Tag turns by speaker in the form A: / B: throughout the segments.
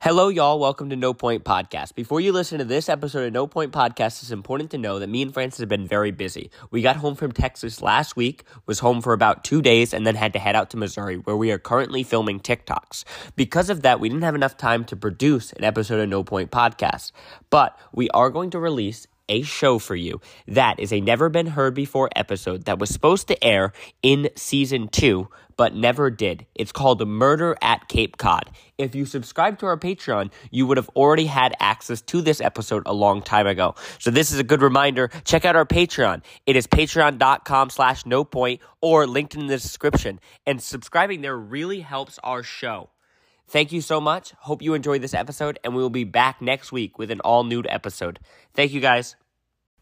A: Hello, y'all. Welcome to No Point Podcast. Before you listen to this episode of No Point Podcast, it's important to know that me and Francis have been very busy. We got home from Texas last week, was home for about two days, and then had to head out to Missouri, where we are currently filming TikToks. Because of that, we didn't have enough time to produce an episode of No Point Podcast, but we are going to release a show for you that is a never been heard before episode that was supposed to air in season two but never did. It's called Murder at Cape Cod. If you subscribe to our Patreon, you would have already had access to this episode a long time ago. So this is a good reminder. Check out our Patreon. It is patreon.com slash no point or linked in the description. And subscribing there really helps our show. Thank you so much. Hope you enjoyed this episode, and we will be back next week with an all nude episode. Thank you guys.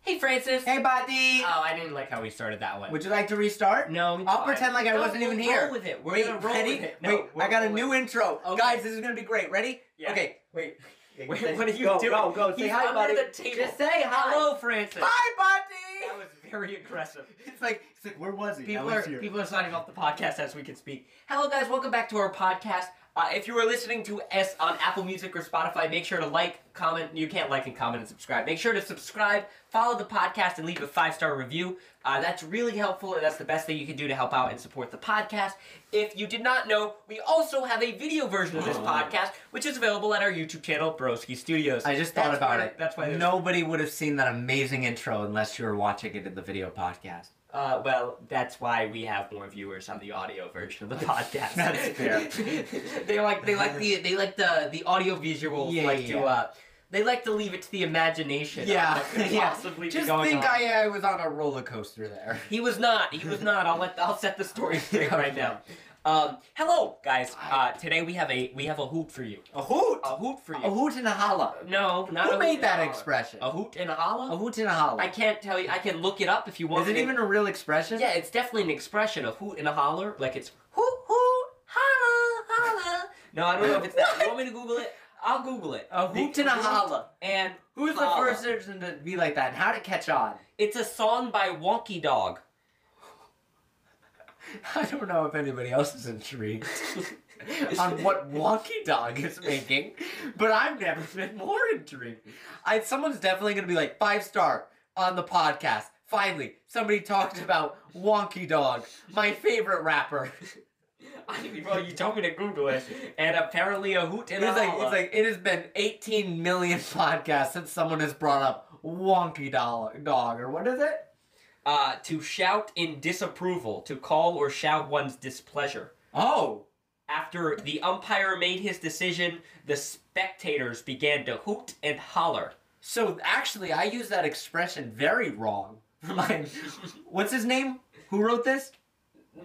B: Hey, Francis.
C: Hey, buddy.
B: Uh,
A: Oh, I didn't like how we started that one.
C: Would you like to restart?
A: no,
C: I'll pretend like I wasn't even here.
A: with it. We're
C: Wait,
A: gonna roll
C: ready?
A: with it.
C: wait, I got a new intro. Guys, this is gonna be great. Ready?
A: Yeah.
C: Okay, wait.
A: Wait, what are you
C: go,
A: doing?
C: Go, go, Say
A: He's
C: hi,
A: under
C: buddy.
A: the table.
C: Just say hello.
B: Francis.
C: Hi,
B: That
C: buddy.
B: was very aggressive.
C: It's like, it's like, where was he? I
B: People
C: was
B: are
C: here.
B: people are signing off the podcast as we can speak. Hello, guys. Welcome back to our podcast. Uh, if you are listening to us on Apple Music or Spotify, make sure to like, comment. You can't like and comment and subscribe. Make sure to subscribe, follow the podcast, and leave a five star review. Uh, that's really helpful, and that's the best thing you can do to help out and support the podcast. If you did not know, we also have a video version of this
C: Oh.
B: podcast, which is available at our YouTube channel, Broski Studios.
C: I just thought
B: That's
C: about
B: why-
C: it.
B: That's why there's
C: nobody would have seen that amazing intro unless you were watching it in the video podcast.
B: Uh, well, that's why we have more viewers on the audio version of the podcast.
C: That's fair.
B: they like they like the they like the the audio visuals
C: Yeah,
B: like
C: yeah,
B: to
C: yeah.
B: uh they like to leave it to the imagination. of
C: Yeah,
B: what could
C: yeah.
B: possibly be
C: Just
B: going
C: think
B: on.
C: I, I was on a roller coaster there.
B: He was not. He was not. I'll let. I'll set the story straight right now. Um, hello, guys. Uh, today we have a we have a hoot for you.
C: A hoot.
B: A hoot for you.
C: A hoot and a holla.
B: No, not a
C: Who
B: hoot
C: made
B: and
C: that
B: a holla.
C: expression?
B: A hoot and a holla.
C: A hoot and a holla.
B: I can't tell you. I can look it up if you want.
C: Is it
B: me.
C: even a real expression?
B: Yeah, it's definitely an expression of hoot and a holler. Like it's hoot hoot holla holla. No, I don't know if it's that. You want me to Google it? I'll Google it.
C: A hoot and a holla.
B: And
C: Who's the
B: holla.
C: first person to be like that? And how'd it catch on?
B: It's a song by Wonky Dog.
C: I don't know if anybody else is intrigued on what Wonky Dog is making, but I've never been more intrigued. I, someone's definitely going to be like, five star on the podcast. Finally, somebody talked about Wonky Dog, my favorite rapper.
B: I mean, well, you told me to Google it, and apparently a hoot and a
C: It's like,
B: holla.
C: it's like it has been 18 million podcasts since someone has brought up Wonky Dog, dog or what is it?
B: uh, to shout in disapproval, to call or shout one's displeasure.
C: Oh,
B: After the umpire made his decision, the spectators began to hoot and holler.
C: So actually, I use that expression very wrong. For my, what's his name? Who wrote this?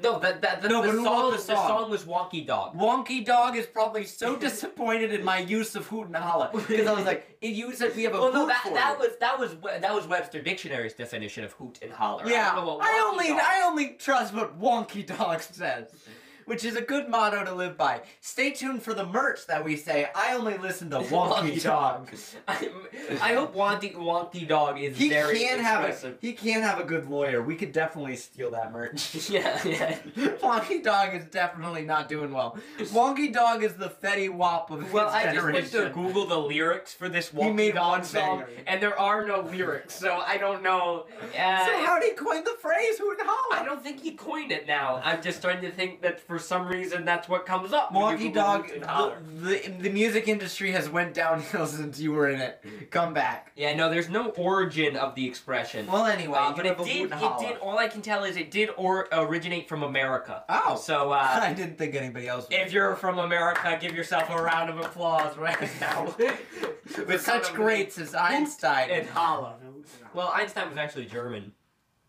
B: No, that, that, the,
C: No,
B: the,
C: but who
B: song,
C: wrote
B: the
C: the
B: song
C: song?
B: was Wonky Dog.
C: Wonky Dog is probably so disappointed in my use of hoot and holla because I was like, "If you said we have a
B: Well,
C: hoot
B: no, that,
C: for
B: that
C: you."
B: was that was we- that was Webster Dictionary's definition of hoot and holler.
C: yeah.
B: I, don't know what
C: I
B: wonky
C: only
B: dog-
C: I only trust what Wonky Dog says, which is a good motto to live by. Stay tuned for the merch that we say. I only listen to Wonky
B: Wonky
C: Dog.
B: I'm- I hope Wonky Wonky Dog is
C: He
B: very
C: can have a
B: expressive.
C: he can have a good lawyer. We could definitely steal that merch.
B: yeah, yeah.
C: Wonky Dog is definitely not doing well. Wonky Dog is the Fetty Wap of his
B: Well, I just
C: generation.
B: went to Google the lyrics for this Wonky
C: made
B: Dog
C: one
B: song,
C: banger.
B: and there are no lyrics, so I don't know. Uh,
C: so how did he coin the phrase "Hoot and
B: I
C: Holler"?
B: don't think he coined it now. I'm just starting to think that for some reason that's what comes up. when you
C: Wonky
B: Google
C: Dog,
B: hoot and holler.
C: the, the, the music industry has went downhill since you were in it. Come back.
B: Yeah, no, there's no origin of the expression.
C: Well, anyway,
B: Uh,
C: you
B: but
C: have
B: it
C: a
B: did.
C: hoot
B: It
C: and holler.
B: did. All I can tell is it did or originate from America.
C: Oh.
B: So uh,
C: I didn't think anybody else. would.
B: if you're from America, give yourself a round of applause right now. For
C: with such
B: some
C: greats as Einstein
B: and holla. Well, Einstein was actually German.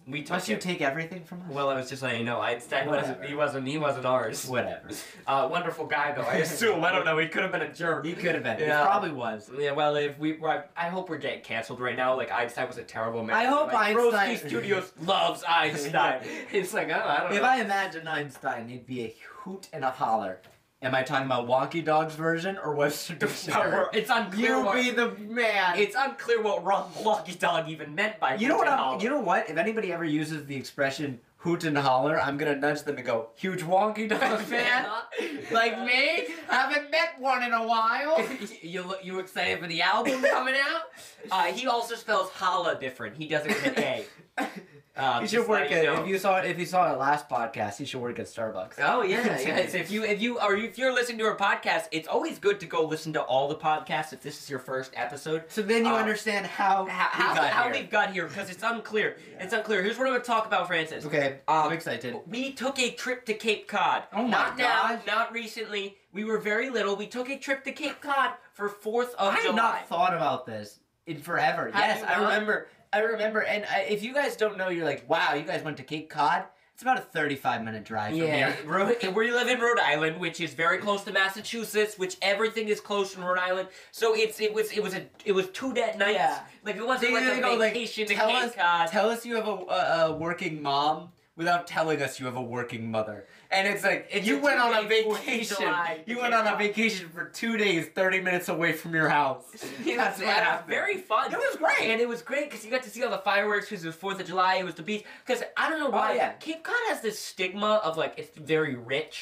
B: We took
C: Must you
B: him.
C: take everything from us?
B: well, I was just letting you know Einstein wasn't.
C: Whatever.
B: He wasn't. He wasn't ours.
C: Whatever.
B: Uh, wonderful guy though. I assume. I don't know. He could have been a jerk.
C: He could have been.
B: Yeah.
C: He probably was.
B: Yeah, well, if we, I, I hope we're getting canceled right now. Like Einstein was a terrible man.
C: I hope
B: like,
C: Einstein-
B: Brodsky Studios loves Einstein. it's like oh, I don't
C: If
B: know.
C: I imagine Einstein, he'd be a hoot and a holler. Am I talking about Wonky Dog's version or Webster Dictionary?
B: it's unclear.
C: You
B: what,
C: be the man.
B: it's unclear what Ron Lucky Dog even meant by.
C: you know what?
B: Putin
C: I'm,
B: Hollow.
C: you know what? If anybody ever uses the expression hoot and holler, I'm gonna nudge them and go, huge wonky dog fan? like me? Haven't met one in a while.
B: you look- you excited for the album coming out? Uh, he also spells holla different. He doesn't hit A. Uh,
C: You
B: just
C: should work
B: letting
C: at
B: you know.
C: if you saw it if you saw our last podcast, you should work at Starbucks.
B: Oh yeah, yeah. So if you if you are if you're listening to our podcast, it's always good to go listen to all the podcasts. If this is your first episode,
C: So then you
B: Um,
C: understand Uh,
B: how
C: how we
B: how,
C: got
B: how
C: here.
B: we've got here because it's unclear. It's unclear. Here's what I'm gonna talk about, Francis.
C: Okay,
B: Um,
C: I'm excited.
B: We took a trip to Cape Cod.
C: Oh my
B: not
C: gosh.
B: now, not recently. We were very little. We took a trip to Cape Cod for Fourth of
C: I have
B: July.
C: not thought about this in forever.
B: Have
C: yes,
B: you
C: I
B: not?
C: remember. I remember. And I, if you guys don't know, you're like, wow, you guys went to Cape Cod. It's about a 35 minute drive
B: Yeah,
C: from here.
B: Rhode, we live in Rhode Island, which is very close to Massachusetts, which everything is close in Rhode Island. So it's it was it was a it was two dead nights.
C: Yeah.
B: Like it wasn't like
C: They
B: a
C: go, like,
B: vacation
C: tell
B: to Cape
C: us,
B: Cod.
C: tell us you have a, a, a working mom without telling us you have a working mother. And it's like
B: It's
C: you
B: a
C: went on a
B: two-day Fourth of
C: vacation.
B: July
C: You
B: to
C: went
B: Cape
C: on a
B: Cod.
C: vacation for two days, 30 minutes away from your house.
B: It
C: That's
B: was-
C: what
B: it was
C: happened.
B: Very fun.
C: It was great.
B: and it was great because you got to see all the fireworks because it was Fourth of July. It was the beach. Because I don't know why
C: Oh, yeah.
B: Cape Cod has this stigma of like it's very rich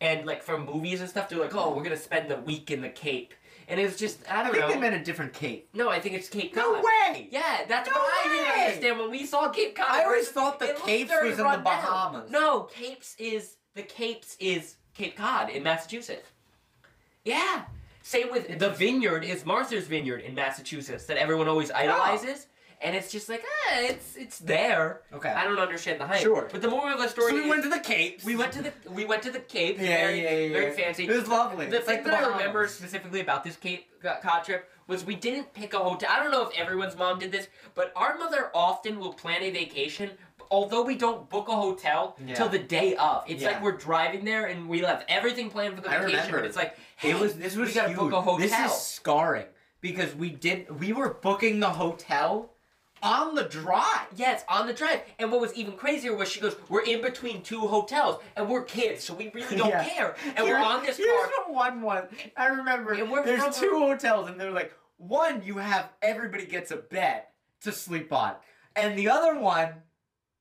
B: and like from movies and stuff. They're like, oh, we're gonna spend the week in the Cape, and it's just I
C: I
B: don't
C: think
B: know.
C: they meant a different Cape.
B: no, I think it's Cape Cod.
C: No way!
B: Yeah, that's
C: No
B: what I
C: way!
B: didn't understand when we saw Cape Cod.
C: I always
B: first,
C: thought the
B: it looked
C: Capes
B: very
C: was in the
B: run down.
C: Bahamas.
B: No, Capes is the Capes is Cape Cod in Massachusetts. Yeah. Same with the vineyard is Martha's Vineyard in Massachusetts that everyone always
C: Oh.
B: idolizes. And it's just like, ah, it's it's there.
C: Okay.
B: I don't understand the hype.
C: Sure.
B: But the moral of the story
C: So
B: is
C: we went to the Capes.
B: we went to the we went to the Cape.
C: Yeah,
B: very,
C: yeah, yeah,
B: Very
C: yeah.
B: fancy.
C: It was lovely.
B: The
C: It's
B: thing
C: like the
B: that I remember
C: Bahamas.
B: specifically about this Cape uh, Cod trip was we didn't pick a hotel. I don't know if everyone's mom did this, but our mother often will plan a vacation, although we don't book a hotel
C: Yeah.
B: till the day of. It's
C: Yeah.
B: like we're driving there and we have everything planned for the
C: I
B: vacation.
C: remember.
B: But it's like hey,
C: It was this was
B: we gotta
C: huge.
B: book a hotel.
C: This is scarring because we did we were booking the hotel on the drive.
B: Yes, on the drive. And what was even crazier was she goes, "We're in between two hotels, and we're kids, so we really don't
C: Yeah.
B: care." And
C: Here-
B: we're on this
C: here's
B: car.
C: the one one. I remember
B: And we're
C: there's
B: from-
C: two hotels and they're like one you have everybody gets a bed to sleep on and the other one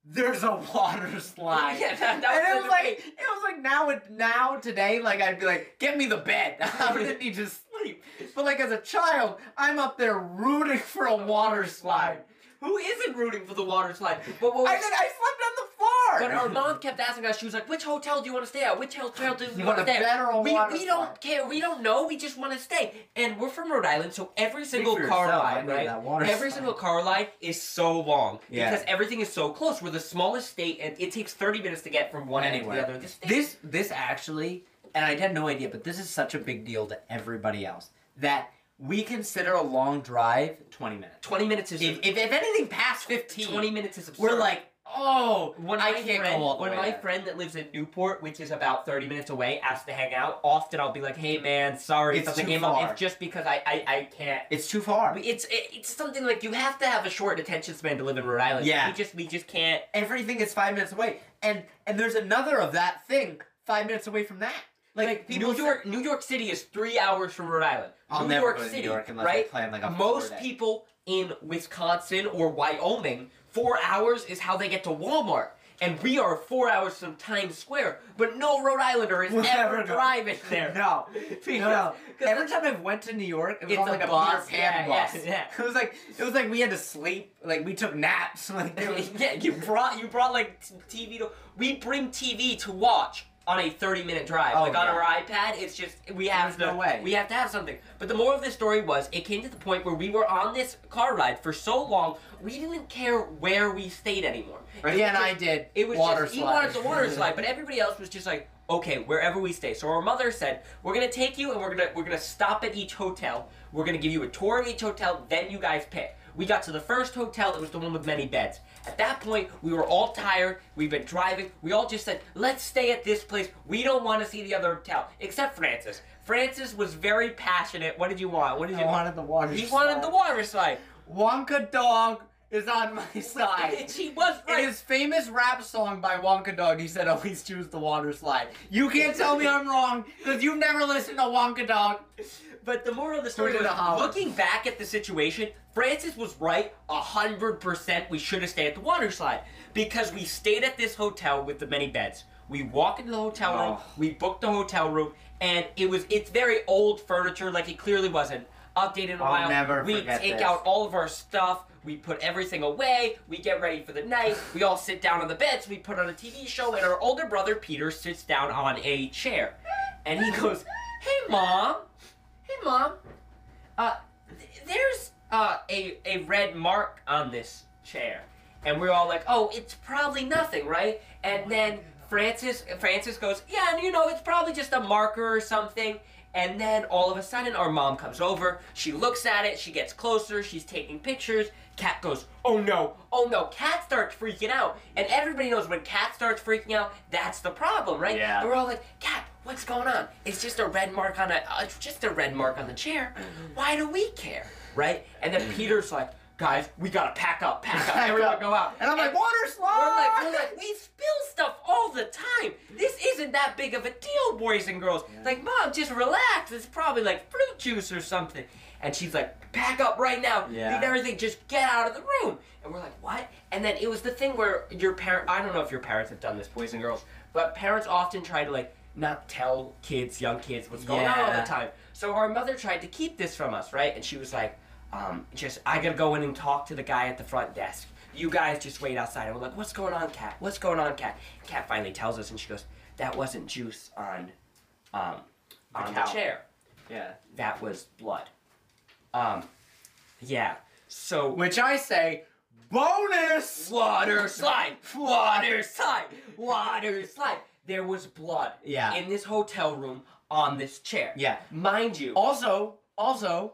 C: there's a water slide.
B: Yeah, that- that
C: and
B: was
C: it
B: the
C: was like
B: debate.
C: it was like now it now today like I'd be like get me the bed I didn't need to sleep but like as a child I'm up there rooting for a water slide.
B: Who isn't rooting for the water slide? But what was
C: I did, I
B: But
C: slept on the
B: our
C: floor.
B: mom kept asking us. She was like, "Which hotel do you want to stay at? Which hotel do you,
C: You
B: want to
C: want a
B: stay?"
C: bed or a
B: at? we
C: water
B: we don't
C: slide?
B: care. We don't know. We just want to stay. And we're from Rhode Island, so every single
C: for
B: car
C: yourself, I
B: ride,
C: know
B: right?
C: that water
B: every
C: slide.
B: single car ride is so long
C: Yeah.
B: because everything is so close. We're the smallest state, and it takes thirty minutes to get from one end
C: Anywhere.
B: to the other. This, state-
C: This this actually, and I had no idea, but this is such a big deal to everybody else that we consider a long drive twenty minutes.
B: twenty minutes is
C: If, if, if anything past fifteen,
B: twenty minutes is absurd.
C: we're like, oh,
B: When
C: I
B: my
C: can't
B: friend,
C: go all the
B: when
C: way
B: my
C: there.
B: friend that lives in Newport, which is about thirty minutes away, asks to hang out, often I'll be like, "Hey man, sorry,
C: It's
B: something
C: too
B: came up.
C: far.
B: It's just because I I, I can't."
C: it's too far.
B: We- It's it, it's something like you have to have a short attention span to live in Rhode Island.
C: Yeah.
B: we just we just can't.
C: Everything is five minutes away, and and there's another of that thing five minutes away from that. Like,
B: Like
C: people
B: New York, New York City is three hours from Rhode Island.
C: I'll
B: New
C: never
B: York
C: go to New
B: City,
C: York unless I
B: right?
C: plan, like, a
B: Most
C: four-day.
B: people in Wisconsin or Wyoming, four hours is how they get to Walmart, and we are four hours from Times Square. But no Rhode Islander is
C: We'll
B: ever
C: never go.
B: driving there.
C: No, no, no.
B: Because-
C: Every time I went to New York, it was
B: It's
C: on
B: a
C: like a,
B: bus,
C: Peter Pan
B: yeah, yeah,
C: bus.
B: yeah.
C: It was like it was like we had to sleep, like we took naps. Like it was,
B: yeah, you brought you brought like t- TV to. We bring TV to watch on a thirty-minute drive,
C: Oh,
B: like on
C: yeah.
B: our iPad. It's just we have
C: There's
B: to.
C: no way.
B: We have to have something. But the moral of this story was, it came to the point where we were on this car ride for so long, we didn't care where we stayed anymore. It was
C: yeah, and I
B: just-
C: did.
B: It was
C: water
B: just he
C: slide.
B: wanted the water slide, but everybody else was just like, okay, wherever we stay. So our mother said, we're gonna take you and we're gonna we're gonna stop at each hotel. We're gonna give you a tour of each hotel. Then you guys pick. We got to the first hotel. It was the one with many beds. At that point, we were all tired. We've been driving. We all just said, let's stay at this place. We don't want to see the other hotel, except Francis. Francis was very passionate. What did you want? What did you
C: I wanted the water.
B: He
C: slide.
B: wanted the water slide.
C: Wonka dog is on my side.
B: She was
C: In
B: right.
C: his famous rap song by Wonka Dog, he said, always choose the water slide. You can't tell me I'm wrong, because you've never listened to Wonka Dog.
B: But the moral of the story
C: Who
B: was
C: did a holler?
B: looking back at the situation, Francis was right hundred percent we should have stayed at the water slide. Because we stayed at this hotel with the many beds. We walk into the hotel room,
C: Oh.
B: we booked the hotel room, and it was it's very old furniture, like it clearly wasn't updated in a
C: I'll
B: while.
C: never
B: we
C: forget
B: take
C: this.
B: out all of our stuff, we put everything away, we get ready for the night, we all sit down on the beds, we put on a TV show, and our older brother Peter sits down on a chair. And he goes, Hey mom, Hey, mom. Uh, th- there's uh a a red mark on this chair, and we're all like, oh, it's probably nothing, right? And then Francis Francis goes, yeah, and you know, it's probably just a marker or something. And then all of a sudden, our mom comes over. She looks at it. She gets closer. She's taking pictures. Cat goes, oh no, oh no. Cat starts freaking out, and everybody knows when cat starts freaking out, that's the problem, right?
C: Yeah.
B: And we're all like, Cap, what's going on? It's just a red mark on a, uh, it's just a red mark on the chair. Why do we care, Mm-hmm. right? And then Peter's like, guys, we gotta pack up, pack up, everyone go out.
C: And I'm like, water slide!
B: We're like, we're like, we spill stuff all the time. This isn't that big of a deal, boys and girls. Like, mom, just relax. It's probably like fruit juice or something. And she's like, pack up right now.
C: Yeah.
B: Leave everything. Just get out of the room. And we're like, what? And then it was the thing where your parent, I don't know if your parents have done this, boys and girls, but parents often try to like, not tell kids, young kids, what's going on all
C: Yeah.
B: the time. So our mother tried to keep this from us, right? And she was like, um, just I gotta go in and talk to the guy at the front desk. You guys just wait outside. And we're like, what's going on, Kat? What's going on, Kat? Kat finally tells us, and she goes, that wasn't juice on, um, on the
C: cow.
B: chair.
C: yeah.
B: That was blood. Um, yeah. So
C: Which I say, bonus!
B: water slide, water slide, water slide. There was blood.
C: Yeah.
B: In this hotel room on this chair.
C: Yeah.
B: Mind you.
C: Also, also,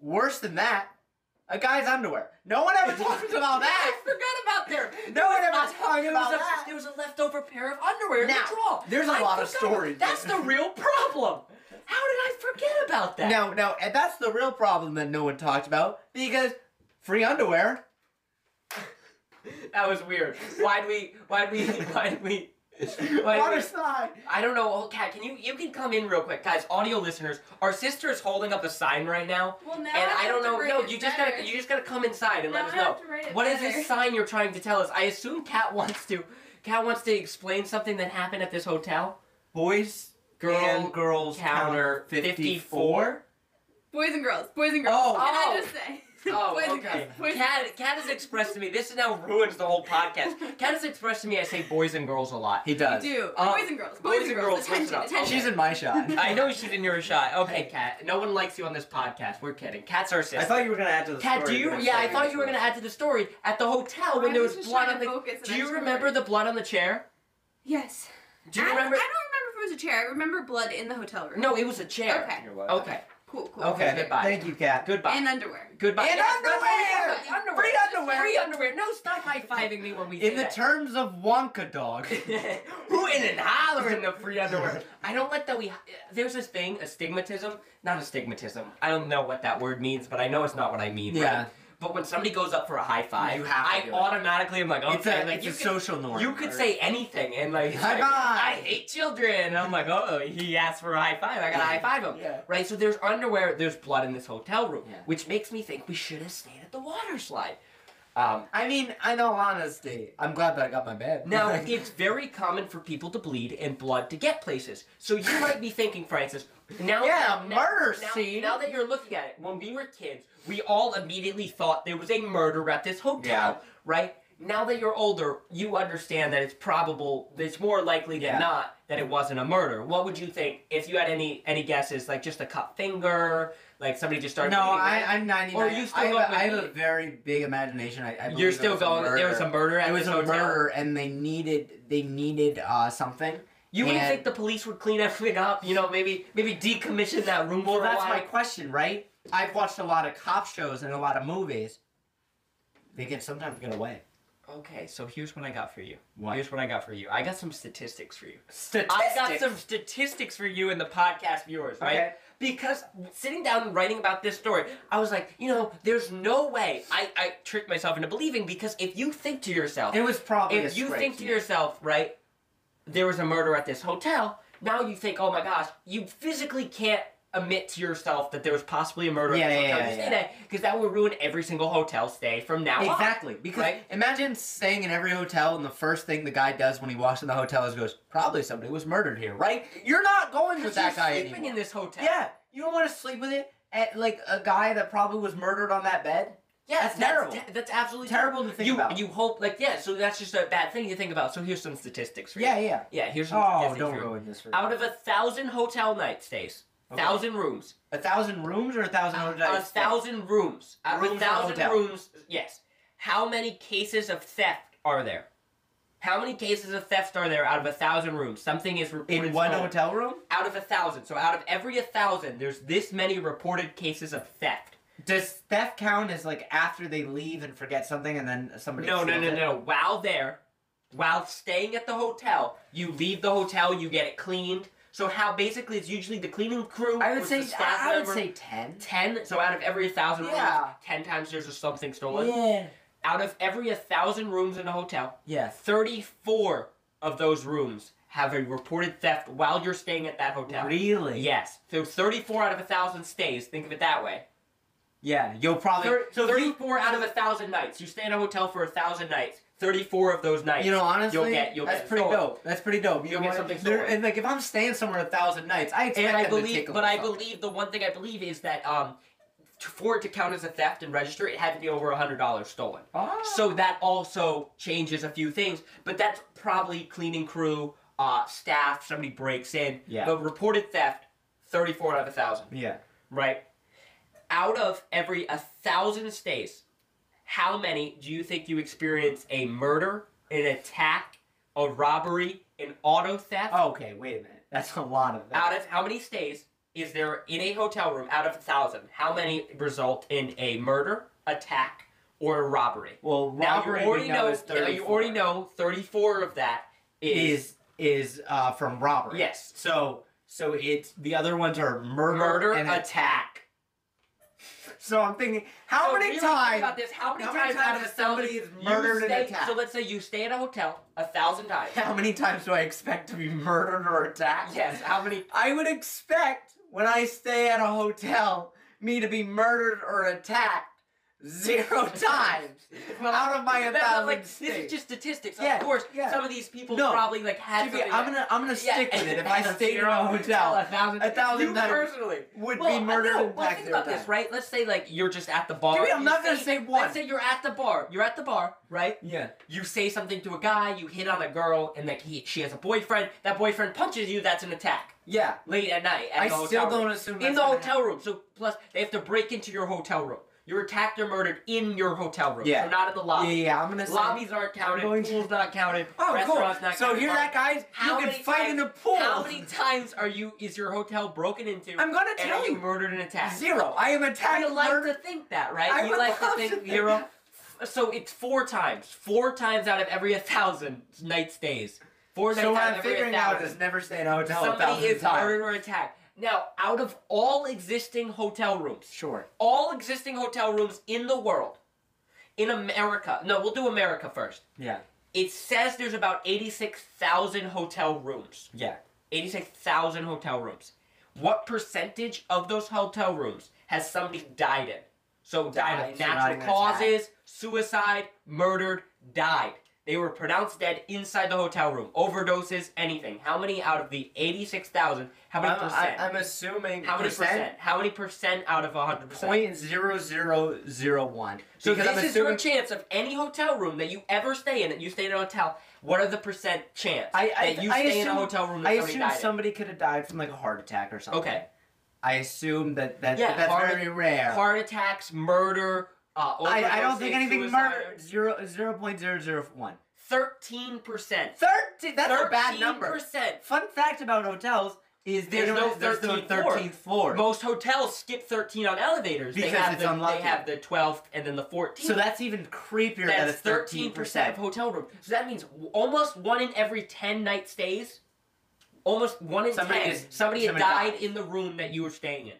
C: worse than that, a guy's underwear. No one ever talks about that.
B: I forgot about there.
C: No one
B: Uh,
C: ever talks
B: there
C: about
B: was a,
C: that.
B: There was a leftover pair of underwear in
C: Now,
B: the drawer.
C: there's a
B: I
C: lot of
B: forgot-
C: stories.
B: That's the real problem. How did I forget about that?
C: No, no, and that's the real problem that no one talks about because free underwear.
B: that was weird. Why'd we? Why'd we? Why'd we? Why'd
C: Water
B: we-
C: slide.
B: I don't know. Oh, Kat, can you? You can come in real quick, guys. Audio listeners, our sister is holding up a sign right now.
D: Well, now
B: And
D: I,
B: I
D: have
B: don't
D: to
B: know.
D: write
B: No,
D: it
B: you just
D: better.
B: gotta you just gotta come inside and
D: Now
B: let us
D: I have
B: know.
D: to write it
B: What is
D: better.
B: this sign you're trying to tell us? I assume Kat wants to. Kat wants to explain something that happened at this hotel.
C: Boys,
B: Girl
C: and girls
B: counter 54?
D: boys and girls, boys and girls.
C: Oh.
D: Can
B: Oh.
D: I just say?
B: Oh,
D: boys and
B: okay.
D: girls, boys and
B: Kat, Kat has expressed to me. This now ruins the whole podcast. Kat has expressed to me. I say boys and girls a lot.
C: He does.
D: girls. Do
B: Um,
D: boys and girls, boys, and girls.
B: listen
D: attention,
B: up.
D: attention.
C: She's in my shot.
B: I know she's in your shot. Okay, Kat. No one likes you on this podcast. We're kidding. Kat's our sister.
C: you were gonna add to the
B: Kat, do you? Yeah, I thought you were gonna add to the story at the hotel when
D: I
B: there
D: was
B: was
D: just
B: blood
D: trying
B: on
D: to
B: the.
D: focus and
B: Do
D: I
B: you
D: just
B: remember
D: remembered.
B: the blood on the chair?
D: Yes.
B: Do you
D: I,
B: remember?
D: I don't remember if it was a chair. I remember blood in the hotel room.
B: No, it was a chair.
D: Okay.
B: Okay.
D: Cool. Cool.
B: Okay. Goodbye.
C: Thank you, Kat.
B: Goodbye.
D: And underwear.
B: Goodbye.
C: And
B: Yes,
C: underwear!
B: that's right,
C: Free underwear!
B: Free underwear. No, stop high fiving me when we
C: In
B: say
C: the
B: that.
C: terms of Wonka Dog.
B: Who in and holler in the free underwear? I don't like that we. There's this thing, astigmatism. Not astigmatism. I don't know what that word means, but I know it's not what I mean.
C: Yeah.
B: right? But when somebody goes up for a high five,
C: You have to
B: I
C: do it.
B: automatically am like, okay,
C: it's a,
B: like
C: it's
B: you
C: a
B: could-
C: social norm.
B: You could
C: or-
B: say anything, and like, it's
C: High
B: like,
C: five.
B: I hate children. And I'm like, oh, he asked for a high five. I gotta high five him.
C: Yeah.
B: Right. So there's underwear. There's blood in this hotel room,
C: Yeah.
B: which makes me think we should have stayed at the water slide. Um,
C: I mean, in all honesty, I'm glad that I got my bed.
B: now, it's very common for people to bleed and blood to get places. So you might be thinking, Francis, now
C: Yeah,
B: now-
C: murder
B: now,
C: scene.
B: Now that you're looking at it, when we were kids, we all immediately thought there was a murder at this hotel,
C: Yeah.
B: right? Now that you're older, you understand that it's probable, it's more likely than
C: Yeah.
B: not that it wasn't a murder. What would you think if you had any any guesses, like just a cut finger, like somebody just started?
C: No,
B: bleeding?
C: I, I'm 99.
B: Or you still
C: I, have
B: up
C: a,
B: with
C: I have
B: me.
C: a very big imagination. I, I believe
B: You're
C: it
B: still
C: was a
B: going. There was
C: murder.
B: a murder at
C: It was
B: this
C: a
B: hotel.
C: murder, and they needed they needed uh, something.
B: You wouldn't
C: And-
B: think the police would clean everything up, you know? Maybe maybe decommission that room.
C: Well,
B: for a
C: that's
B: while.
C: my question, right? I've watched a lot of cop shows and a lot of movies. They can sometimes get away.
B: Okay, so here's what I got for you.
C: What?
B: Here's what I got for you. I got some statistics for you.
C: Statistics.
B: I got some statistics for you and the podcast viewers, right?
C: Okay.
B: because sitting down and writing about this story, I was like, you know, there's no way. I, I tricked myself into believing because if you think to yourself,
C: It was probably
B: if
C: a
B: you
C: straight
B: think to
C: year.
B: yourself, right, there was a murder at this hotel, now you think, oh my gosh, you physically can't admit to yourself that there was possibly a murder
C: Yeah,
B: at this
C: yeah,
B: hotel
C: yeah,
B: you stayed
C: yeah.
B: at, because that would ruin every single hotel stay from now on.
C: Exactly. Because
B: right?
C: imagine staying in every hotel and the first thing the guy does when he walks in the hotel is goes, probably somebody was murdered here, right? You're not going with
B: Because you're
C: that guy
B: sleeping
C: anymore.
B: in this hotel.
C: yeah. You don't want to sleep with it at like a guy that probably was murdered on that bed.
B: Yeah,
C: That's terrible.
B: de- that's absolutely
C: Terrible to think
B: you,
C: about.
B: You hope, like, yeah, so that's just a bad thing to think about. So here's some statistics for you.
C: Yeah, yeah.
B: Yeah, here's some
C: Oh,
B: statistics
C: don't
B: for you.
C: ruin this for
B: Out of a thousand hotel night stays,
C: Okay.
B: thousand rooms,
C: a thousand rooms or a thousand hotel
B: a thousand rooms, out of a
C: Rooms in a
B: thousand
C: hotel.
B: rooms, yes. How many cases of theft are there? How many cases of theft are there out of a thousand rooms? Something is reported
C: in one
B: stolen.
C: hotel room?
B: Out of a thousand, so out of every a thousand, there's this many reported cases of theft.
C: Does theft count as like after they leave and forget something and then somebody?
B: No, no,
C: steals
B: no,
C: it?
B: no. While there, while staying at the hotel, you leave the hotel, you get it cleaned. So how basically it's usually the cleaning crew.
C: I would
B: plus
C: say
B: the staff
C: I, I would
B: member.
C: say ten.
B: ten. So out of every thousand
C: Yeah.
B: rooms, ten times there's just something stolen.
C: Yeah.
B: Out of every thousand rooms in a hotel,
C: Yeah.
B: thirty-four of those rooms have a reported theft while you're staying at that hotel.
C: Really?
B: Yes. So thirty-four out of a thousand stays. Think of it that way.
C: Yeah. You'll probably.
B: Thir-
C: so if you-
B: thirty-four out of a thousand nights. You stay in a hotel for a thousand nights. Thirty-four of those nights.
C: You know, honestly,
B: you'll get you'll
C: that's
B: get
C: pretty
B: stolen.
C: dope. That's pretty dope. You
B: You'll
C: know
B: get
C: what?
B: something
C: There-
B: stolen.
C: And like, if I'm staying somewhere a thousand nights, I expect
B: And I
C: them to
B: believe,
C: tickle
B: but
C: me
B: I
C: something.
B: believe the one thing I believe is that um, t- for it to count as a theft and register, it had to be over a hundred dollars stolen.
C: Ah.
B: So that also changes a few things, but that's probably cleaning crew, uh, staff, somebody breaks in.
C: Yeah.
B: But reported theft, thirty-four out of a thousand.
C: yeah.
B: Right. Out of every a thousand stays, how many do you think you experience a murder, an attack, a robbery, an auto theft?
C: Oh, okay, wait a minute. That's a lot of that.
B: Out of how many stays is there in a hotel room out of a thousand? How many result in a murder, attack, or a robbery?
C: well,
B: now you
C: robbery we
B: already know.
C: is
B: now you already
C: 34.
B: know. Thirty-four of that is,
C: is is uh, from robbery.
B: Yes.
C: So so it's the other ones are murder,
B: murder,
C: and
B: attack.
C: So I'm thinking, how
B: So
C: many
B: really think
C: times?
B: About this, how many
C: how many
B: times out
C: times
B: of a
C: has somebody
B: thousand
C: is
B: you
C: murdered and
B: stay-
C: attacked?
B: So let's say you stay at a hotel a thousand times.
C: How many times do I expect to be murdered or attacked?
B: yes. How many?
C: I would expect when I stay at a hotel me to be murdered or attacked zero times out of my
B: That-
C: a
B: that-
C: thousand
B: like, this
C: states.
B: is just statistics.
C: Yeah,
B: Of course,
C: yeah.
B: some of these people
C: No.
B: probably like had.
C: Jimmy,
B: something
C: I'm
B: that-
C: gonna I'm gonna
B: Yeah.
C: stick with it. If I stayed in a
B: a
C: hotel,
B: thousand,
C: a thousand
B: you
C: times
B: personally
C: would
B: well,
C: be murdered
B: I know.
C: and
B: Well,
C: attacked
B: think
C: zero
B: about
C: times.
B: this, right? Let's say like you're just at the bar.
C: Jimmy, I'm
B: you
C: not gonna say one.
B: Let's say you're at the bar. You're at the bar, right?
C: Yeah.
B: You say something to a guy. You hit on a girl, and like he, she has a boyfriend. That boyfriend punches you. That's an attack.
C: Yeah.
B: Late at night. At
C: I
B: the hotel
C: still
B: room.
C: don't assume
B: in
C: that's
B: the
C: gonna
B: hotel room. So plus they have to break into your hotel room. You're attacked or murdered in your hotel room.
C: Yeah.
B: So not in the
C: happen.
B: lobby.
C: Yeah, yeah. I'm gonna say.
B: Lobbies aren't counted.
C: going to-
B: Pools not counted.
C: Oh, cool.
B: restaurants not
C: So
B: counted.
C: here, that guys,
B: How
C: you can
B: many
C: fight
B: times-
C: in a pool.
B: How many times are you? Is your hotel broken into?
C: I'm gonna
B: and
C: tell
B: are
C: you.
B: murdered and attacked.
C: Zero. I am attacked.
B: You like
C: murdered.
B: to think that, right?
C: I
B: you
C: would
B: like
C: love
B: to
C: to
B: think
C: think
B: zero. So it's four times. Four times out of every a thousand night stays. Four nights
C: So what
B: out of
C: I'm
B: every
C: figuring out
B: 1,000.
C: is never stay in a hotel a
B: Somebody
C: thousand
B: is
C: times.
B: murdered or attacked. Now, out of all existing hotel rooms,
C: Sure.
B: all existing hotel rooms in the world, in America, no, we'll do America first.
C: Yeah.
B: It says there's about 86,000 hotel rooms.
C: Yeah.
B: 86,000 hotel rooms. What percentage of those hotel rooms has somebody died in? So died of
C: Died, so not
B: natural
C: an
B: causes, suicide, murdered, died. They were pronounced dead inside the hotel room. Overdoses, anything. How many out of the 86,000? How many
C: I'm,
B: percent?
C: I, am assuming
B: how many percent? How many percent out of 100%?
C: Point zero zero zero one.
B: So
C: because
B: this
C: I'm
B: is
C: assuming
B: your chance of any hotel room that you ever stay in. That you stay in a hotel. What are the percent chance
C: I, I,
B: that you
C: I
B: stay
C: assume,
B: in a hotel room that
C: I
B: somebody
C: assume
B: died in?
C: somebody could have died from like a heart attack or something.
B: Okay.
C: I assume that, that
B: Yeah,
C: that's
B: heart-
C: very rare.
B: Heart attacks, murder. Uh,
C: I, I don't think
B: overdoses,
C: anything
B: suicide.
C: murdered. Zero zero point zero zero one.
B: Thirteen percent.
C: Thirteen. That's a bad number.
B: Percent.
C: Fun fact about hotels is they
B: There's
C: don't-
B: no
C: there's no
B: 13th floor.
C: thirteenth floor.
B: Most hotels skip thirteen on elevators. they
C: Because
B: have
C: it's
B: the,
C: unlucky.
B: They have the twelfth and then the fourteenth.
C: So that's even creepier that
B: that's
C: it's thirteen
B: thirteen percent
C: percent.
B: of hotel rooms. So that means w- almost one in every ten night stays Almost one in
C: Somebody
B: ten.
C: is-
B: somebody,
C: somebody
B: died
C: died.
B: in the room that you were staying in.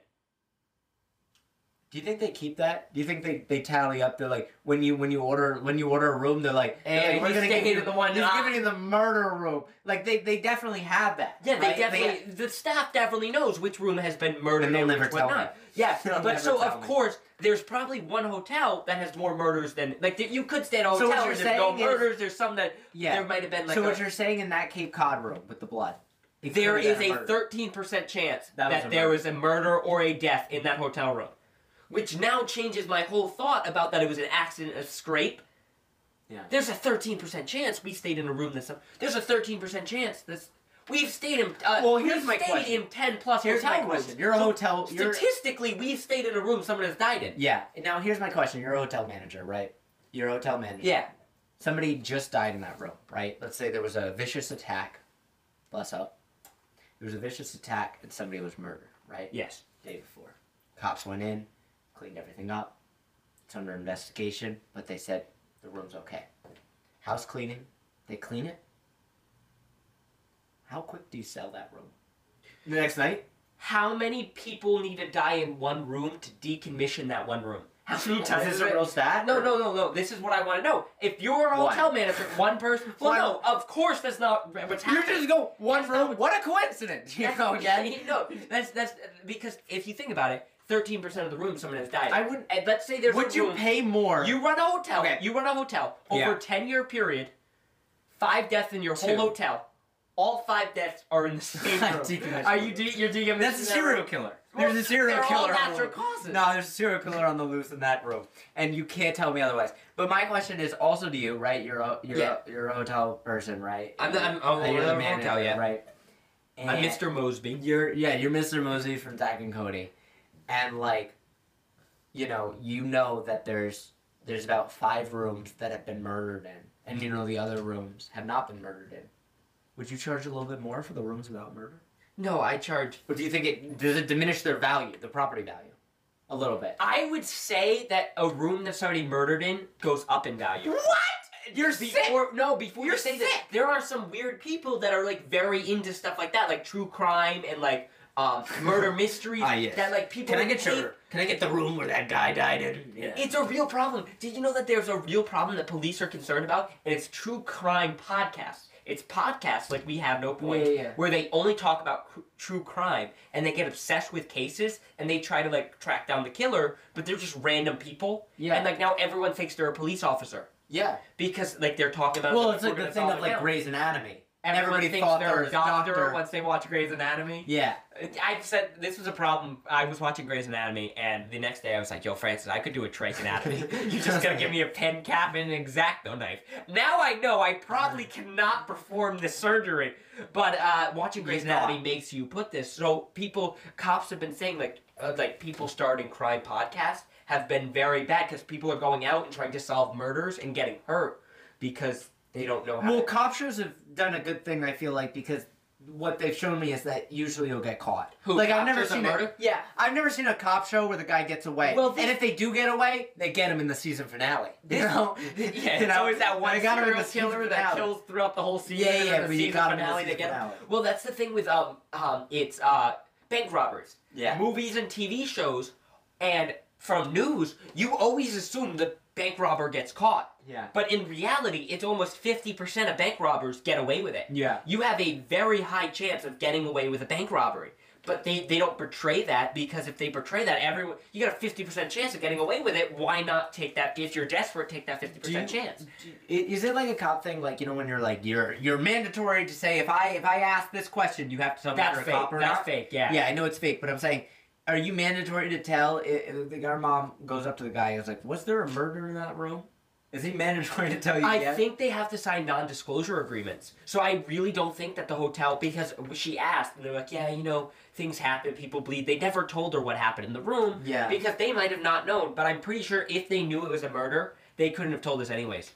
C: Do you think they keep that? Do you think they, they tally up? They're like when you when you order when you order a room, they're like,
B: And
C: they're like, we're
B: he's
C: gonna
B: taking
C: give you
B: the one
C: He's
B: not-
C: giving you the murder room. Like they, they definitely have that.
B: Yeah, they
C: right?
B: definitely. the staff definitely knows which room has been murdered
C: And
B: and,
C: they'll never
B: which
C: tell
B: one not.
C: me.
B: Yeah,
C: They'll
B: but
C: never
B: so
C: tell
B: of
C: me.
B: course, there's probably one hotel that has more murders than like that. You could stay at a
C: So
B: hotel.
C: what you're
B: and there's no
C: saying is-
B: murders. There's some that
C: Yeah.
B: there might have been like
C: so
B: a-
C: what you're saying in that Cape Cod room with the blood? it
B: there
C: could've
B: is
C: been
B: a
C: murder.
B: thirteen percent chance that,
C: That was a
B: there
C: murder.
B: was a murder or a death in that hotel room, which now changes my whole thought about that it was an accident, a scrape.
C: Yeah.
B: There's a thirteen percent chance we stayed in a room that's. There's a thirteen percent chance this. We've stayed in. Uh,
C: Well, here's
B: we've
C: my
B: stayed
C: question.
B: in ten plus
C: Here's my
B: hotel rooms.
C: question. You're a
B: So
C: hotel. You're,
B: Statistically, we've stayed in a room someone has died in.
C: yeah. Now here's my question. You're a hotel manager, right? You're a hotel manager.
B: Yeah.
C: somebody just died in that room, right? Let's say there was a vicious attack. Bless up. There was a vicious attack and somebody was murdered, right?
B: Yes.
C: Day before. Cops went in, cleaned everything up. It's under investigation, but they said the room's okay. House cleaning, they clean it. How quick do you sell that room? The next night?
B: How many people need to die in one room to decommission that one room? How many
C: Is
B: times
C: this a real stat?
B: No, no, no, no. This is what I want to know. If you're a
C: One.
B: hotel manager, one person. Well,
C: One.
B: no, of course that's not what's
C: You
B: happening.
C: just go one room. What a coincidence! You know, yeah.
B: no, that's that's because if you think about it, thirteen percent of the room someone has died.
C: I wouldn't-
B: And let's say there's. a
C: Would you
B: room-
C: pay more?
B: You run a hotel.
C: Okay.
B: You run a hotel over
C: Yeah.
B: a ten-year period. Five deaths in your
C: Two.
B: whole hotel. All five deaths are in the same room.
C: Decommissioned.
B: are you? De- you're decommissioning.
C: That's a
B: that
C: serial
B: room?
C: killer.
B: Well,
C: There's a serial
B: they're all
C: killer. on the
B: natural
C: loose.
B: causes.
C: No, there's a serial killer on the loose in that room, and you can't tell me otherwise. But my question is also to you, right? You're a you're
B: Yeah.
C: a, you're a hotel person, right?
B: I'm the- I'm- I'm
C: Uh, you're
B: a hotel, yeah.
C: right? And
B: I'm Mr. Mosby.
C: You're yeah, you're Mr. Mosey from Zack and Cody, and like, you know, you know that there's there's about five rooms that have been murdered in, and you know the other rooms have not been murdered in. Would you charge a little bit more for the rooms without murder?
B: No, I charge.
C: Or do you think it does it diminish their value, the property value, a little bit?
B: I would say that a room that somebody murdered in goes up in value.
C: You're
B: before, No, before you
C: You're
B: say this,
C: sick.
B: there are some weird people that are like very into stuff like that, like true crime and like um, murder mysteries.
C: Ah, yes.
B: That like people. hate-
C: Can I get the room where that guy died in?
B: It's a real problem. Did you know that there's a real problem that police are concerned about? And it's true crime podcasts. It's podcasts like we have no point,
C: Yeah, yeah, yeah.
B: where they only talk about cr- true crime and they get obsessed with cases and they try to like track down the killer, but they're just random people.
C: Yeah.
B: And like now everyone thinks they're a police officer
C: yeah.
B: because like they're talking about.
C: Well,
B: like,
C: it's
B: we're
C: like the
B: gonna
C: thing
B: solve
C: of
B: it
C: like
B: now.
C: Grey's Anatomy. And
B: Everyone
C: everybody
B: thinks
C: thought
B: they're
C: was
B: a doctor, once they watch Grey's Anatomy.
C: Yeah.
B: I said this was a problem. I was watching Grey's Anatomy, and the next day I was like, "Yo, Francis, I could do a Grey's Anatomy. you just gotta give me a pen cap and an exacto knife." Now I know I probably cannot perform this surgery, but uh, watching Grey's
C: You're not.
B: Anatomy makes you put this. So people, cops have been saying like, uh, like people starting crime podcasts have been very bad because people are going out and trying to solve murders and getting hurt because they don't know how.
C: Well,
B: to-
C: cop shows have done a good thing, I feel like, because what they've shown me is that usually you'll get caught.
B: Who,
C: like
B: cop
C: I've never
B: shows on
C: seen
B: murder?
C: A, yeah, I've never seen a cop show where the guy gets away.
B: Well,
C: Well,
B: this-
C: and if they do get away, they get him in the season finale. You know,
B: Yeah,
C: You
B: it's
C: know?
B: always that one
C: They got him in
B: serial
C: the season
B: killer that
C: finale.
B: kills throughout the whole season.
C: Yeah,
B: and
C: yeah,
B: then the
C: but you
B: season
C: got him in the
B: finale, they
C: season
B: get-
C: finale.
B: Well, that's the thing with um um it's uh bank robbers.
C: Yeah.
B: Movies and TV shows, and from news, you always assume the bank robber gets caught.
C: Yeah.
B: But in reality, it's almost fifty percent of bank robbers get away with it.
C: Yeah.
B: You have a very high chance of getting away with a bank robbery. But they, they don't portray that because if they portray that, everyone you got a fifty percent chance of getting away with it. Why not take that? If you're desperate, take that fifty
C: Do you-
B: percent chance.
C: I- Is it like a cop thing? Like you know when you're like you're you're mandatory to say if I if I ask this question you have to tell me if
B: That's
C: you're a
B: fake.
C: cop or
B: That's
C: not.
B: fake. Yeah.
C: Yeah, I know it's fake, but I'm saying, are you mandatory to tell? i i- the, our mom goes up to the guy and is like, "Was there a murder in that room? Is he mandatory to tell you?"
B: I
C: yes?
B: think they have to sign non-disclosure agreements. So I really don't think that the hotel because she asked and they're like, yeah, you know, things happen, people bleed. They never told her what happened in the room.
C: Yeah.
B: Because they might have not known. But I'm pretty sure if they knew it was a murder, they couldn't have told us anyways,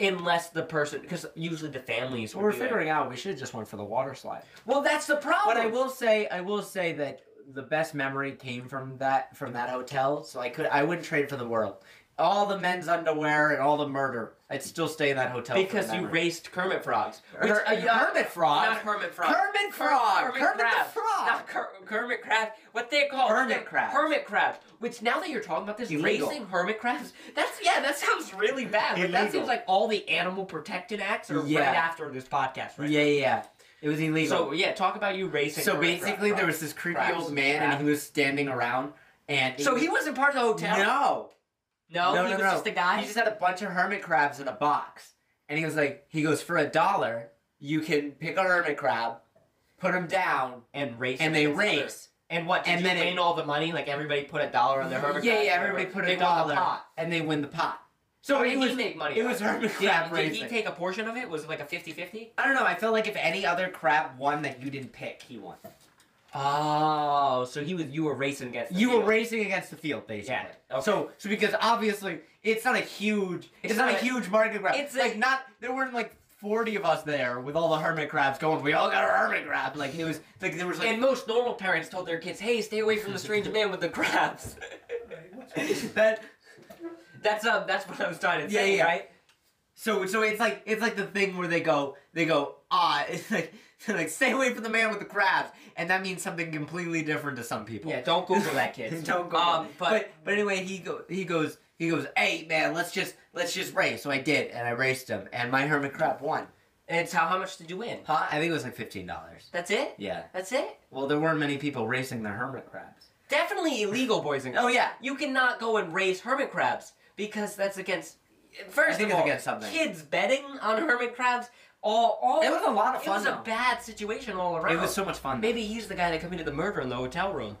B: unless the person because usually the families. would
C: We're
B: be like-
C: figuring out we should have just went for the water slide.
B: well, that's the problem.
C: But I will say, I will say that the best memory came from that from that hotel. So I could, I wouldn't trade for the world. all the men's underwear and all the murder. I'd still stay in that hotel. for
B: Because
C: the
B: you
C: memory.
B: raised Kermit frogs. Which,
C: Her-
B: uh,
C: hermit frog.
B: Not hermit frog.
C: Kermit frog. Kermit,
B: crab.
C: the frog.
B: Not Ker- Kermit crab. What they call
C: Hermit crabs.
B: Hermit crabs. Which now that you're talking about this,
C: Illegal.
B: raising hermit crabs. That's yeah. That sounds really bad. But that
C: Illegal.
B: seems like all the animal protection acts are
C: Yeah.
B: right after this podcast, right?
C: Yeah, yeah, yeah. It was illegal.
B: So yeah, talk about you raising.
C: So
B: hermit
C: basically,
B: crab frogs.
C: there was this creepy
B: Crabs.
C: old man, and he was standing around, and
B: So he wasn't part of the hotel.
C: no,
B: no,
C: no,
B: he
C: no,
B: was
C: no.
B: just a guy.
C: He just had a bunch of hermit crabs in a box, and he was like, he goes for a dollar, you can pick a hermit crab, put him down,
B: and race
C: and they
B: against others.
C: race.
B: And what? Did
C: And
B: you
C: then it-
B: win all the money? Like everybody put a dollar on their hermit
C: yeah,
B: crabs?
C: yeah,
B: Or
C: everybody put
B: they
C: a
B: won the
C: dollar,
B: pot.
C: and they win the pot.
B: So
C: it
B: did
C: was-
B: he make money?
C: It
B: off
C: was hermit
B: Yeah,
C: crab
B: did he
C: racing.
B: take a portion of it? Was it like a 50-50?
C: I don't know. I feel like if any other crab won that you didn't pick, he won.
B: Oh, so he was you were racing against. the
C: You were
B: field.
C: racing against the field, basically.
B: Yeah, okay.
C: So, so because obviously it's not a huge, it's, not, a huge market grab.
B: it's
C: It's
B: a-
C: like not there weren't like forty of us there with all the hermit crabs going. We all got our hermit crab. Like it was like there was like
B: And most normal parents told their kids, "Hey, stay away from the strange man with the crabs."
C: that.
B: that's uh, that's what I was trying to
C: Yeah,
B: say,
C: yeah.
B: right?
C: So so it's like it's like the thing where they go they go ah it's like they're like stay away from the man with the crabs and that means something completely different to some people.
B: Yeah, don't Google that, kids.
C: Don't go.
B: Um,
C: but,
B: but
C: but anyway, he go he goes he goes. Hey man, let's just let's just race. So I did, and I raced him, and my hermit crab won.
B: and it's how how much did you win?
C: Huh? I think it was like fifteen dollars.
B: That's it.
C: Yeah.
B: That's it.
C: Well, there weren't many people racing their hermit crabs.
B: Definitely illegal, boys and girls.
C: Oh yeah.
B: You cannot go and raise hermit crabs because that's against. First
C: I think
B: of
C: it's
B: all,
C: against something.
B: kids betting on hermit crabs. All, all
C: It was a lot of
B: It
C: fun,
B: was
C: though.
B: a bad situation all around.
C: It was so much fun.
B: Maybe he's the guy that committed the murder in the hotel room.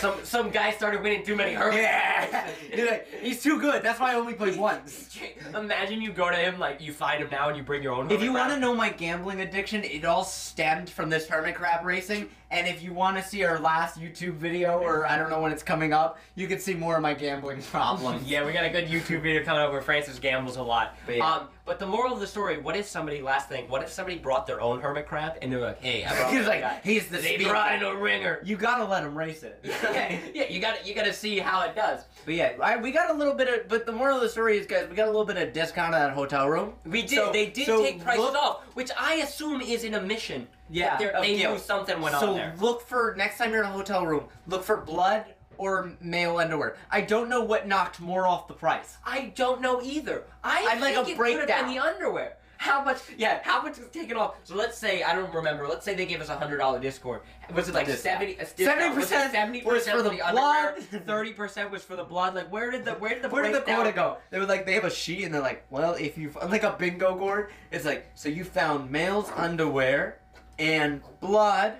B: Some some guy started winning too many hermit.
C: Yeah. You're like, He's too good. That's why I only played once.
B: crabs. Imagine you go to him like you find him now and you bring your own.
C: If you
B: want
C: want to know my gambling addiction, it all stemmed from this hermit crab racing. And if you want to see our last YouTube video, or I don't know when it's coming up, you can see more of my gambling problems.
B: Yeah, we got a good YouTube video coming up where Francis gambles a lot.
C: But yeah.
B: Um, but the moral of the story: What if somebody? Last thing: What if somebody brought their own hermit crab and they're like, "Hey, I brought
C: He's
B: this
C: like,
B: guy.
C: he's the
B: They
C: speed-
B: tried a ringer.
C: You gotta let him race it.
B: yeah, yeah, you got to you got to see how it does.
C: But yeah, I, we got a little bit of. But the moral of the story is, guys, we got a little bit of discount on that hotel room.
B: We did.
C: So-
B: they did
C: so
B: take prices
C: look-
B: off, which I assume is an omission.
C: Yeah,
B: that they're-
C: of
B: they knew
C: guilt.
B: something went
C: so
B: on there.
C: look for next time you're in a hotel room. Look for blood or male underwear. I don't know what knocked more off the price.
B: I don't know either. I
C: I'd like
B: think
C: a
B: it could've
C: breakdown.
B: been the underwear. How much? Yeah, how much was taken off? So let's say I don't remember. Let's say they gave us a hundred dollar Discord. Was it like
C: Discount.
B: seventy?
C: $70
B: Seventy
C: was
B: percent
C: for the
B: underwear.
C: blood.
B: Thirty percent was for the blood. Like where did the where did the
C: Where did the
B: breakdown
C: quota go? They were like, they have a sheet, and they're like, well, if you like a bingo board, it's like, so you found male's underwear and blood.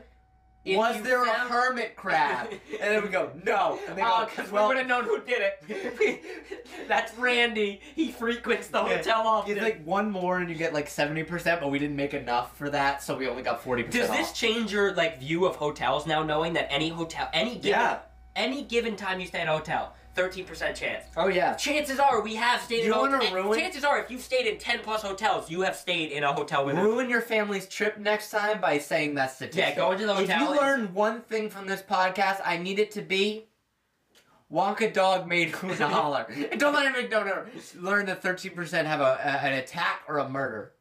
B: If
C: was
B: you
C: there
B: found-
C: a hermit crab? and then we go, no. And they go,
B: Oh, because
C: well,
B: we would have known who did it. That's Randy. He frequents the
C: Yeah.
B: hotel often.
C: It's like one more and you get like 70%, but we didn't make enough for that, so we only got 40%.
B: Does
C: off.
B: this change your like view of hotels now, knowing that any hotel, any given,
C: Yeah.
B: any given time you stay at a hotel, thirteen percent chance.
C: Oh, yeah.
B: Chances are we have stayed.
C: You
B: in
C: wanna
B: hot- eh,
C: ruin-
B: Chances are if you've stayed in ten plus hotels, you have stayed in a hotel with.
C: Ruin your family's trip next time by saying that statistic.
B: Yeah, go into the
C: If
B: hotel
C: you
B: and-
C: learn one thing from this podcast, I need it to be walk a dog made who to holler. And don't let him no, no. Learn that 13% have a, a, an attack or a murder.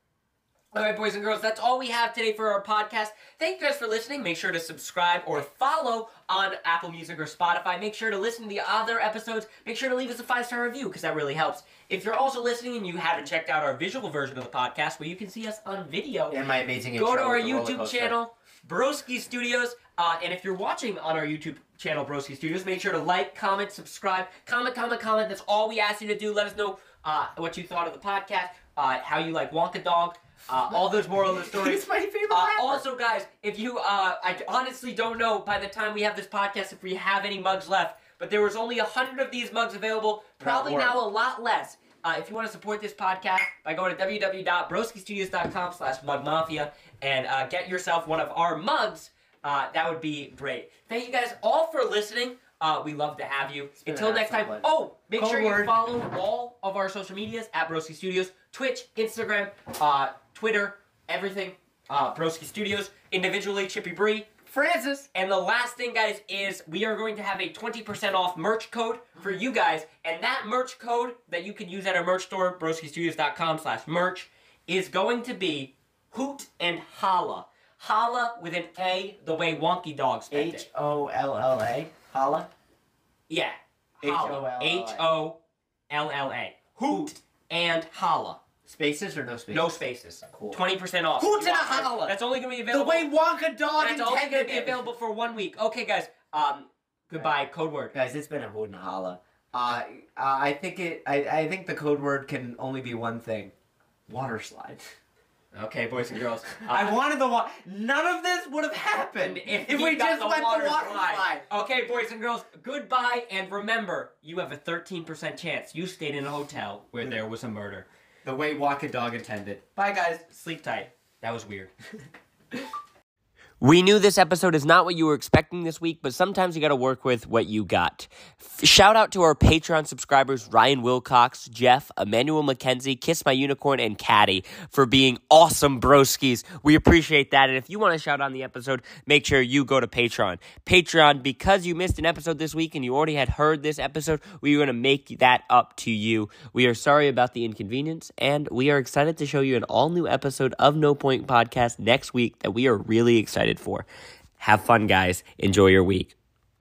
B: All right, boys and girls, that's all we have today for our podcast. Thank you guys for listening. Make sure to subscribe or follow on Apple Music or Spotify. Make sure to listen to the other episodes. Make sure to leave us a five star review because that really helps. If you're also listening and you haven't checked out our visual version of the podcast, where you can see us on video,
C: And my amazing
B: go
C: intro
B: to our
C: with the roller
B: YouTube
C: coaster.
B: channel, Broski Studios. Uh, and if you're watching on our YouTube channel, Broski Studios, make sure to like, comment, subscribe, comment, comment, comment. That's all we ask you to do. Let us know uh, what you thought of the podcast, uh, how you like Wonka Dog, uh, all those moral of the stories.
C: He's my favorite.
B: Uh,
C: rapper.
B: also, guys, if you, uh, I honestly don't know by the time we have this podcast if we have any mugs left, but there was only a hundred of these mugs available, probably
C: more.
B: now a lot less. Uh, if you want to support this podcast by going to www.broskistudios.com slash mugmafia and uh, get yourself one of our mugs, uh, that would be great. Thank you guys all for listening. Uh, we love to have you.
C: been
B: Until
C: an
B: next time.
C: absolute pleasure.
B: Oh, make
C: Code
B: sure you
C: word.
B: follow all of our social medias at Broski Studios, Twitch, Instagram, uh, Twitter, everything. Uh, Broski Studios, individually Chippy Bree,
C: Francis.
B: And the last thing, guys, is we are going to have a 20% off merch code for you guys. And that merch code that you can use at our merch store, broskistudios.com slash merch, is going to be Hoot and Holla. Holla with an A, the way Wonky Dog spelled
C: H
B: it.
C: O L L A. Holla.
B: Yeah. Holla.
C: H-O-L-L-A.
B: H-O-L-L-A. Hoot and Holla.
C: Spaces or no spaces?
B: No spaces.
C: Cool.
B: 20% off.
C: Hoot and
B: You want that?
C: Holla.
B: That's only going to be
C: The
B: available.
C: way Wonka dog
B: That's only going
C: intended
B: to be
C: it.
B: available for one week. Okay, guys. Um, goodbye. Code word.
C: Guys, it's been a hoot and holla. Uh, I think it. I, I think the code word can only be one thing: water slide.
B: Okay, boys and girls.
C: I wanted the water. None of this would have happened if,
B: he
C: we
B: got
C: just went the water slide.
B: Okay, boys and girls, goodbye, and remember, you have a 13% chance. You stayed in a hotel where there was a murder.
C: The way Wonka dog intended. Bye, guys.
B: Sleep tight. That was weird.
A: We knew this episode is not what you were expecting this week, but sometimes you got to work with what you got. F- shout out to our Patreon subscribers Ryan Wilcox, Jeff, Emmanuel McKenzie, Kiss My Unicorn, and Caddy for being awesome broskies. We appreciate that. And if you want to shout on the episode, make sure you go to Patreon. Patreon, because you missed an episode this week and you already had heard this episode, we are going to make that up to you. We are sorry about the inconvenience, and we are excited to show you an all new episode of No Point Podcast next week that we are really excited for. Have fun, guys. Enjoy your week.